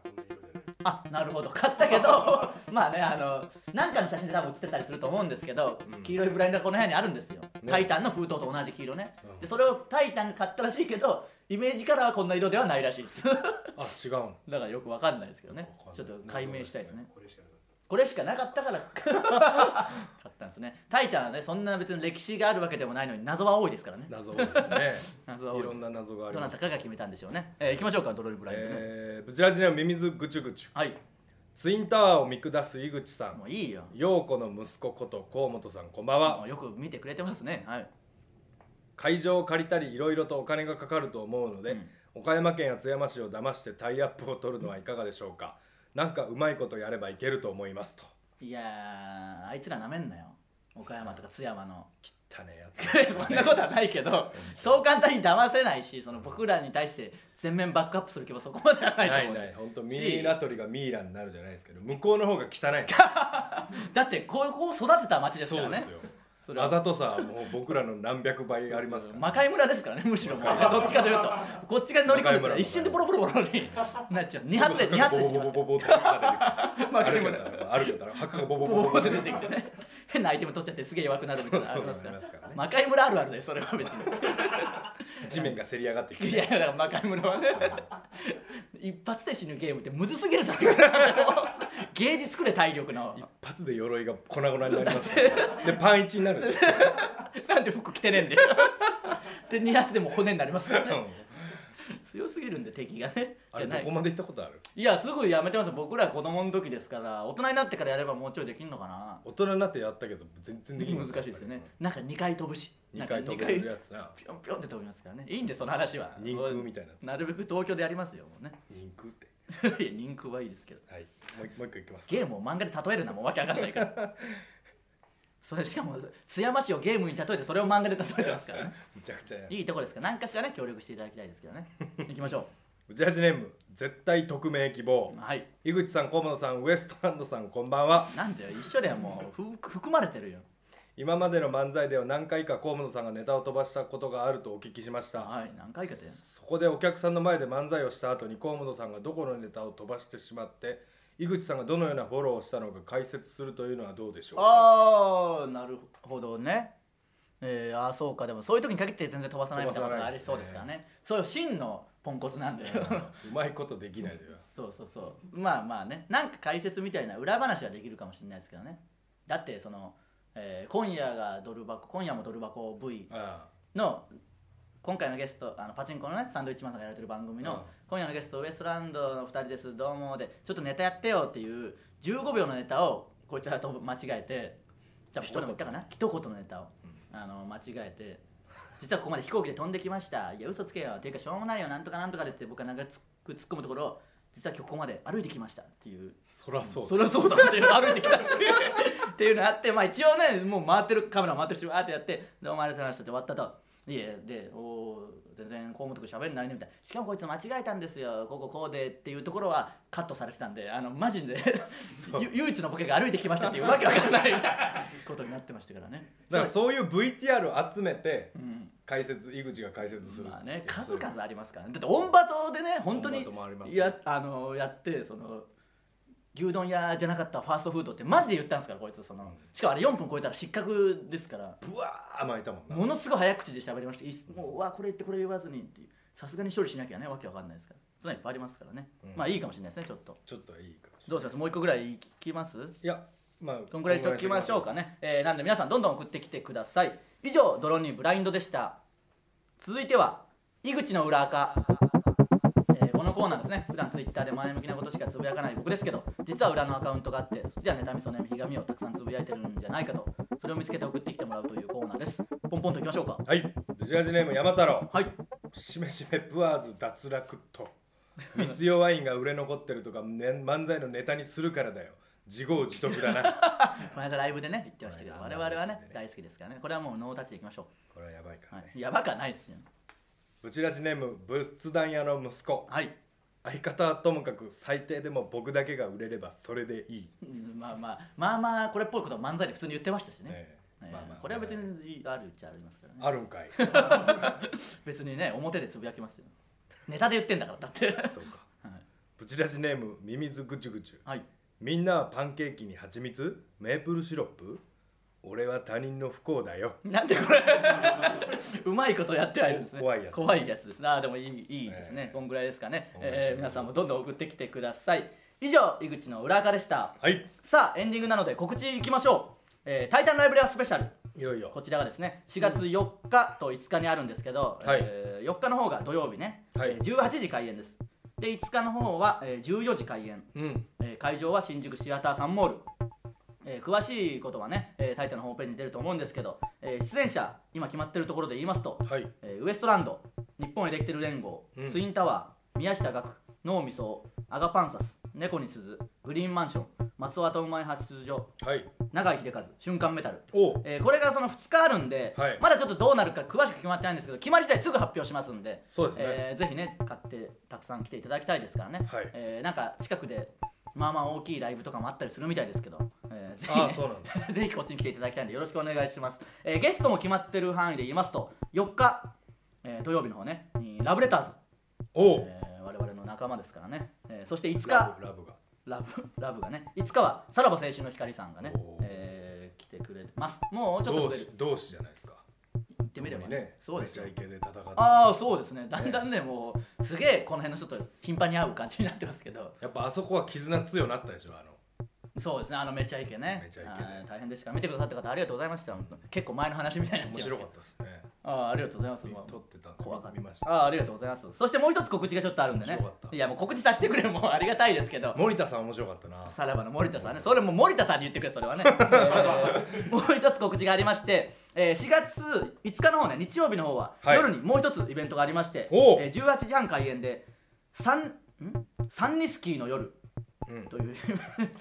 Speaker 3: はこん
Speaker 1: あ
Speaker 3: な色じゃない。
Speaker 1: なるほど買ったけど まあねあのなんかの写真で多分写ってたりすると思うんですけど、
Speaker 2: うん
Speaker 1: 黄色いブラインドがこの部屋にあるんですよ、
Speaker 2: ね
Speaker 1: タイタンの封筒と同じ黄色ね、
Speaker 2: うん
Speaker 1: でそれをタイタンが買ったらしいけどイメージカラーはこんな色ではないらしいです だか
Speaker 2: すあ違うの
Speaker 1: らよくわかんないですけどね
Speaker 2: よくわ
Speaker 1: ち
Speaker 2: か
Speaker 1: ょっ
Speaker 2: んな
Speaker 1: と
Speaker 2: い
Speaker 1: 解明したいですね
Speaker 3: これしかなか
Speaker 1: これしかなか
Speaker 3: った。
Speaker 1: ったから 買ったんですねタイタンはねそんな別に歴史があるわけでもないのに謎は多いですからね
Speaker 2: 謎ですね
Speaker 1: 謎は多
Speaker 2: い
Speaker 1: い
Speaker 2: ろんな謎があり
Speaker 1: どな
Speaker 2: ます
Speaker 1: たかが決めたんでしょうね、えー、行きましょうかドロリーブラインドね、
Speaker 2: えーブチラジネームミミズグチュグチュ
Speaker 1: はい
Speaker 2: ツインタワーを見下す井口さん
Speaker 1: もういいよ
Speaker 2: 陽子の息子こと河本さんこんばんは
Speaker 1: もうよく見てくれてますねはい
Speaker 2: 会場を借りたりいろいろとお金がかかると思うので、
Speaker 1: うん
Speaker 2: 岡山県や津山市を騙してタイアップを取るのはいかがでしょうか、なんかうまいことやればいけると思いますと
Speaker 1: いやーあいつらなめんなよ岡山とか津山 の
Speaker 2: 汚ねえや
Speaker 1: そんなことはないけどそう簡単に騙せないしその僕らに対して全面バックアップする気もそこまではな
Speaker 2: つ
Speaker 1: いと
Speaker 2: ない
Speaker 1: 思う
Speaker 2: ない本当ミイラ取りがミイラになるじゃないですけど向こうの方が汚いです
Speaker 1: だってこうこう育てた町ですからね
Speaker 2: そうです
Speaker 1: それ
Speaker 2: よ
Speaker 1: は
Speaker 2: あざとさはもう僕らの何百倍ありますから
Speaker 1: 魔界村ですからねむしろもう
Speaker 2: 魔界村
Speaker 1: どっちかというとこっち側に乗り込んでた
Speaker 2: 魔界村
Speaker 1: ら
Speaker 2: の
Speaker 1: 一瞬でボロボロボロになっちゃう2発で2発で死にます
Speaker 2: ボボ
Speaker 1: よ
Speaker 2: ボボボボって
Speaker 1: 魔
Speaker 2: 出
Speaker 1: 界
Speaker 2: てくる
Speaker 1: 村
Speaker 2: 歩けたら歩けたら墓がボボ
Speaker 1: ボ
Speaker 2: ボ
Speaker 1: ボ
Speaker 2: ボ
Speaker 1: ボ
Speaker 2: ボっ
Speaker 1: ってて出て
Speaker 2: 出てき
Speaker 1: きて
Speaker 2: て
Speaker 1: ね変なアイテム取っちゃってすげえ弱くなるみたいなのありますか
Speaker 2: そうそうありますから
Speaker 1: ら
Speaker 2: ね
Speaker 1: 魔界村あるあるでそれは別に
Speaker 2: 地面がせり上がってき
Speaker 1: い
Speaker 2: て
Speaker 1: やいやだから魔界村はね一発で死ぬゲームってむずすぎるだろゲージ作れ体力の
Speaker 2: 一発で鎧が粉々になりますからでパン一になるでしょ
Speaker 1: なんで服着てねえんだよで2発でも骨になりますからね強すぎるんで敵がね
Speaker 2: あ
Speaker 1: じ
Speaker 2: れ
Speaker 1: ゃ
Speaker 2: ど
Speaker 1: な
Speaker 2: こ
Speaker 1: い
Speaker 2: まで行ったことある
Speaker 1: いやすぐやめてますよ僕ら子供の時ですから大人になってからやればもうちょいできんのかな
Speaker 2: 大人になってやったけど全然できな
Speaker 1: 難
Speaker 2: か
Speaker 1: し
Speaker 2: っ
Speaker 1: い
Speaker 2: た
Speaker 1: ですよねなんか2回飛ぶし
Speaker 2: 2回飛
Speaker 1: なんか
Speaker 2: べ
Speaker 1: 二
Speaker 2: るやつな
Speaker 1: ピョンピョンって飛びますからねいいんでその話は
Speaker 2: 人空みたいな
Speaker 1: なるべく東京でやりますよもうね
Speaker 2: 人空って
Speaker 1: いや人空はいいですけど
Speaker 2: はいもう一もう一個いきますか
Speaker 1: ゲームを漫画で例えるなもうわけわかんないから それしかも津山市をゲームに例えてそれを漫画で例えてますから ね
Speaker 2: むちゃくちゃや
Speaker 1: いいとこですから何かしらね協力していただきたいですけど ね行きましょ
Speaker 2: うちはじネーム絶対匿名希望
Speaker 1: うはい
Speaker 2: 井口さん河本さんウエストランドさんこんばんは
Speaker 1: なんだよ一緒だよもうふ含まれてるよ
Speaker 2: 今までの漫才では何回か河本さんがネタを飛ばしたことがあるとお聞きしました、
Speaker 1: はい何回かで
Speaker 2: そこでお客さんの前で漫才をした後に河本さんがどこのネタを飛ばしてしまって井口さんがどのようなフォローをしたのか解説するというのはどうでしょうか
Speaker 1: ああなるほどねえー、ああそうかでもそういう時に限って全然飛ばさないみたいなことがありそうですからねそういう真のポンコツなんで
Speaker 2: うまいことできないでよ
Speaker 1: そうそうそうまあまあねなんか解説みたいな裏話はできるかもしれないですけどねだってその、えー今夜がドル箱今夜もドル箱 V
Speaker 2: あ
Speaker 1: の今回のゲストあのパチンコのねサンドウィッチマンさんがやられてる番組の、
Speaker 2: うん
Speaker 1: 今夜のゲストウエストランドの2人ですどうも」でちょっとネタやってよっていう15秒のネタをこいつらと間違えてじゃあここでも言ったかな一言のネタを、あの間違えて実はここまで飛行機で飛んできましたいや嘘つけよっていうかしょうもないよなんとかなんとかでって僕が長く突っ込むところ実は今日ここまで歩いてきましたっていう
Speaker 2: あそらそう
Speaker 1: そりゃそうだっていう歩いてきたし っていうのがあってまあ一応ねもう回ってるカメラ回ってるしわーってやって「どうもありがとうございました」って終わったと。いえでおお全然河本君喋んないねみたいなしかもこいつ間違えたんですよこここうでっていうところはカットされてたんであのマジで ゆ唯一のボケが歩いてきましたっていうわけわかんない ことになってましたからね
Speaker 2: だからそういう VTR を集めて
Speaker 1: うん
Speaker 2: 解説井口が解説する
Speaker 1: まあね数々ありますからねだってオンバトでね本当
Speaker 2: オン
Speaker 1: に
Speaker 2: バトもありますね
Speaker 1: やあのやってその牛丼屋じゃなかったファーストフードってマジで言ったんですからこいつそのしかもあれ4分超えたら失格ですから
Speaker 2: ぶわー巻いたもんな
Speaker 1: ものすごい早口で喋りましたいっもううわこれ言ってこれ言わずにっていうさすがに処理しなきゃねわけわかんないですからそんなんいっぱいありますからね、
Speaker 2: うん
Speaker 1: まあいいかもしれないですねちょっと
Speaker 2: ちょっといいかもしれ
Speaker 1: どうしますもう一個ぐらいいきます
Speaker 2: ないいやまあ
Speaker 1: こんぐらいにしておきましょうかね、えーなんで皆さんどんどん送ってきてください以上「ドローンにブラインド」でした続いては井口の裏垢、えーこのコーナーですね普段ツイッターで前向きなことしかつぶやかない僕ですけど実は裏のアカウントがあってそっちでは妬みそねみひがみをたくさんつぶやいてるんじゃないかとそれを見つけて送ってきてもらうというコーナーですポンポンといきましょうか
Speaker 2: はいルジアジネーム山太郎
Speaker 1: はい
Speaker 2: しめしめブワーズ脱落と密用ワインが売れ残ってるとか、ね、漫才のネタにするからだよ自業自得 だな
Speaker 1: この間ライブでね言ってましたけど
Speaker 2: は
Speaker 1: 我
Speaker 2: い
Speaker 1: 々は
Speaker 2: ライ
Speaker 1: ね
Speaker 2: ブでね
Speaker 1: 大好きですからねこれはもうノータッチでいきましょ
Speaker 2: これはやばいか
Speaker 1: う、
Speaker 2: ら
Speaker 1: は
Speaker 2: ね、
Speaker 1: い、やばくはないですよ
Speaker 2: ブチラジネーム仏壇屋の息子
Speaker 1: はい
Speaker 2: 相方はともかく最低でも僕だけが売れればそれでいい、
Speaker 1: うんまあまあまあまあこれっぽいことは漫才で普通に言ってましたしね、
Speaker 2: ええ
Speaker 1: えーこれは別にあるっちゃありますからね
Speaker 2: あるん かい
Speaker 1: 別にね表でつぶやきますよネタで言ってんだからだ って
Speaker 2: そうか
Speaker 1: はい
Speaker 2: ブチラジネームミミズグチュグチュ
Speaker 1: はい
Speaker 2: みんなはパンケーキに蜂蜜メープルシロップ俺は他人の不幸だよ
Speaker 1: なんでこれ うまいことやってはいるんですね
Speaker 2: 怖いやつ
Speaker 1: 怖いやつですねあーでもいいいいですね、
Speaker 2: ええ
Speaker 1: こんぐらいですかね、
Speaker 2: こんぐらいで
Speaker 1: え
Speaker 2: すね
Speaker 1: ー皆さんもどんどん送ってきてください以上井口の裏垢でした
Speaker 2: はい
Speaker 1: さあエンディングなので告知いきましょう「えータイタンライブレアスペシャル」
Speaker 2: いよいよ
Speaker 1: こちらがですね4月4日と5日にあるんですけど、
Speaker 2: はい
Speaker 1: えー4日の方が土曜日ね、
Speaker 2: はい
Speaker 1: えー18時開演ですで5日の方は、えー14時開演、
Speaker 2: うん
Speaker 1: えー会場は新宿シアターサンモール、えー詳しいことはね、えー、タイタンのホームページに出ると思うんですけど、えー出演者今決まってるところで言いますと、
Speaker 2: はい
Speaker 1: えーウエストランド日本エレキテル連合、
Speaker 2: うん
Speaker 1: ツインタワー宮下岳脳みそアガパンサス猫に鈴グリーンマンション松尾アトムマイ発出所
Speaker 2: はい
Speaker 1: 永井秀和瞬間メタル
Speaker 2: おう
Speaker 1: えーこれがその2日あるんで、
Speaker 2: はい
Speaker 1: まだちょっとどうなるか詳しく決まってないんですけど決まり次第すぐ発表しますんで
Speaker 2: そうですね
Speaker 1: えーぜひね買ってたくさん来ていただきたいですからね、
Speaker 2: はい
Speaker 1: えーなんか近くでまあまあ大きいライブとかもあったりするみたいですけど、えーぜひね
Speaker 2: ああそうなん だ
Speaker 1: ぜひこっちに来ていただきたいんでよろしくお願いします、えーゲストも決まってる範囲で言いますと4日、えー土曜日の方ねにラブレターズ、
Speaker 2: おう
Speaker 1: えー我々の仲間ですからね、えーそして5日
Speaker 2: ラブラブが
Speaker 1: ラブラブがねいつかはさらば青春の光さんがね
Speaker 2: おー、
Speaker 1: えー来てくれてますもうちょっと
Speaker 2: 同
Speaker 1: 増え
Speaker 2: 志
Speaker 1: る
Speaker 2: 同志じゃないですか
Speaker 1: 行ってみれば
Speaker 2: 共にね
Speaker 1: そうです
Speaker 2: め
Speaker 1: よ
Speaker 2: ちゃイケで戦って
Speaker 1: ああそうですねだんだんねもうすげえこの辺の人と頻繁に会う感じになってますけど
Speaker 2: やっぱあそこは絆強くなったでしょあの
Speaker 1: そうですねあのめちゃイケね
Speaker 2: めちゃイケね
Speaker 1: はい大変でした見てくださった方ありがとうございました本当に結構前の話みたいになっ
Speaker 2: 面
Speaker 1: ちゃい
Speaker 2: 白
Speaker 1: ま
Speaker 2: か
Speaker 1: す
Speaker 2: ったですね
Speaker 1: たああありがとうございますもう
Speaker 2: 撮ってたの
Speaker 1: 怖かった
Speaker 2: 見ました
Speaker 1: ああありがとうございますそしてもう一つ告知がちょっとあるんでね
Speaker 2: 面白かった
Speaker 1: いやもう告知させてくれもうありがたいですけど
Speaker 2: 森田さん面白かったな
Speaker 1: さらばの森田さんねそれも森田さんに言ってくれそ れはね、えーもう一つ告知がありまして、えー4月5日の方ね日曜日の方は、
Speaker 2: はい
Speaker 1: 夜にもう一つイベントがありまして、
Speaker 2: おう
Speaker 1: えー18時半開演でサンんサンニスキーの夜
Speaker 2: うん
Speaker 1: と いう、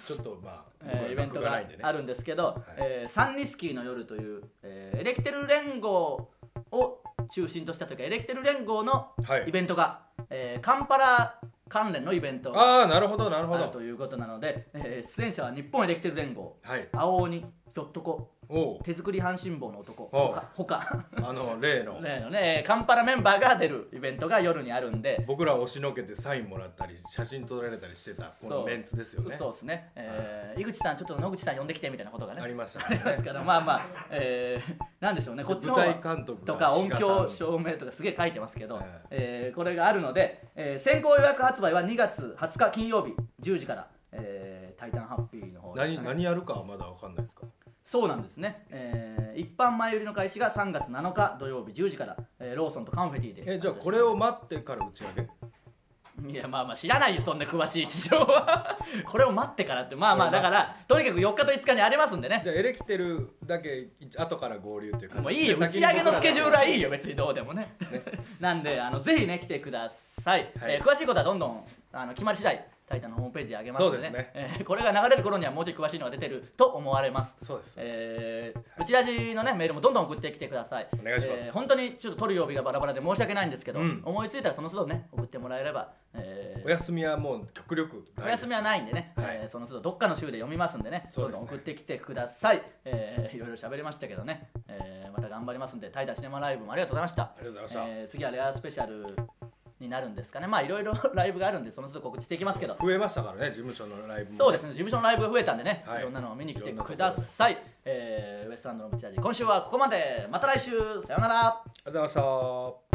Speaker 2: ちょっとまあ僕
Speaker 1: え
Speaker 2: は
Speaker 1: ーイベント
Speaker 2: 録画な
Speaker 1: が
Speaker 2: いんでね
Speaker 1: あるんですけど、えーサンニスキーの夜という、えーエレキテル連合を中心としたというかエレキテル連合の
Speaker 2: はい
Speaker 1: イベントが、えーカンパラ関連のイベントが
Speaker 2: ああなるほどなるほ
Speaker 1: ある
Speaker 2: ど
Speaker 1: ということなので、えー出演者は日本エレキテル連合
Speaker 2: はい
Speaker 1: 青鬼ひょっとこ
Speaker 2: おう
Speaker 1: 手作り半身棒の男
Speaker 2: お
Speaker 1: ほかほか
Speaker 2: あの例の
Speaker 1: 例のねカンパラメンバーが出るイベントが夜にあるんで
Speaker 2: 僕ら押しのけてサインもらったり写真撮られたりしてたこ
Speaker 1: そ
Speaker 2: の
Speaker 1: う
Speaker 2: メンツですよね
Speaker 1: そうですね、えー井口さんちょっと野口さん呼んできてみたいなことがね
Speaker 2: ありまし た
Speaker 1: ありますからまあまあ、えー、なんでしょうねこっちの
Speaker 2: 舞
Speaker 1: 方は
Speaker 2: 台監督
Speaker 1: とか音響
Speaker 2: ショ
Speaker 1: 照明とかすげえ書いてますけど、
Speaker 2: え
Speaker 1: えーこれがあるので、えー先行予約発売は2月20日金曜日10時から「えータイタンハッピー」の方ですかね
Speaker 2: 何何やるかはまだわかんないですか
Speaker 1: そうなんですね、えー一般前売りの開始が3月7日土曜日10時から、えーローソンとカンフェティで
Speaker 2: えじゃあこれを待ってから打ち上げ
Speaker 1: いやまあまあ知らないよそんな詳しい事情は これを待ってからってまあまあだからとにかく4日と5日にありますんでね
Speaker 2: じゃあエレキテルだけ一後から合流っていうか
Speaker 1: もういいよ打ち上げのスケジュールはいいよ別にどうでもね なんであのぜひね来てください、
Speaker 2: はい
Speaker 1: えー詳しいことはどんどんあの決まり次第タイタンのホームページに上げますんで,、ね
Speaker 2: そうですね
Speaker 1: えーこれが流れる頃にはもうちょい詳しいのが出てると思われます
Speaker 2: そうですそうです
Speaker 1: えー、うちラジのねメールもどんどん送ってきてください
Speaker 2: お願いします
Speaker 1: えー本当にちょっと撮る曜日がバラバラで申し訳ないんですけど、
Speaker 2: うん
Speaker 1: 思いついたらその都度ね送ってもらえれば、えー
Speaker 2: お休みはもう極力ないです
Speaker 1: お休みはないんでね、
Speaker 2: はい
Speaker 1: えーその都度どっかの週で読みますんでね
Speaker 2: そう
Speaker 1: どんど
Speaker 2: です
Speaker 1: ん
Speaker 2: ね
Speaker 1: 送ってきてください、えーいろいろ喋りましたけどね、えーまた頑張りますんで「タイダシネマライブ」もありがとうございました
Speaker 2: ありがとうございました
Speaker 1: えー次はレアスペシャルになるんですかねまあいろいろライブがあるんでその都度告知していきますけど
Speaker 2: 増えましたからね事務所のライブも
Speaker 1: そうですね事務所のライブが増えたんでね、
Speaker 2: はい
Speaker 1: い、ろんなのを見に来て
Speaker 2: いろんな
Speaker 1: ください、えーウエストランドのブチラジ今週はここまでまた来週さようなら
Speaker 2: ありがとうございました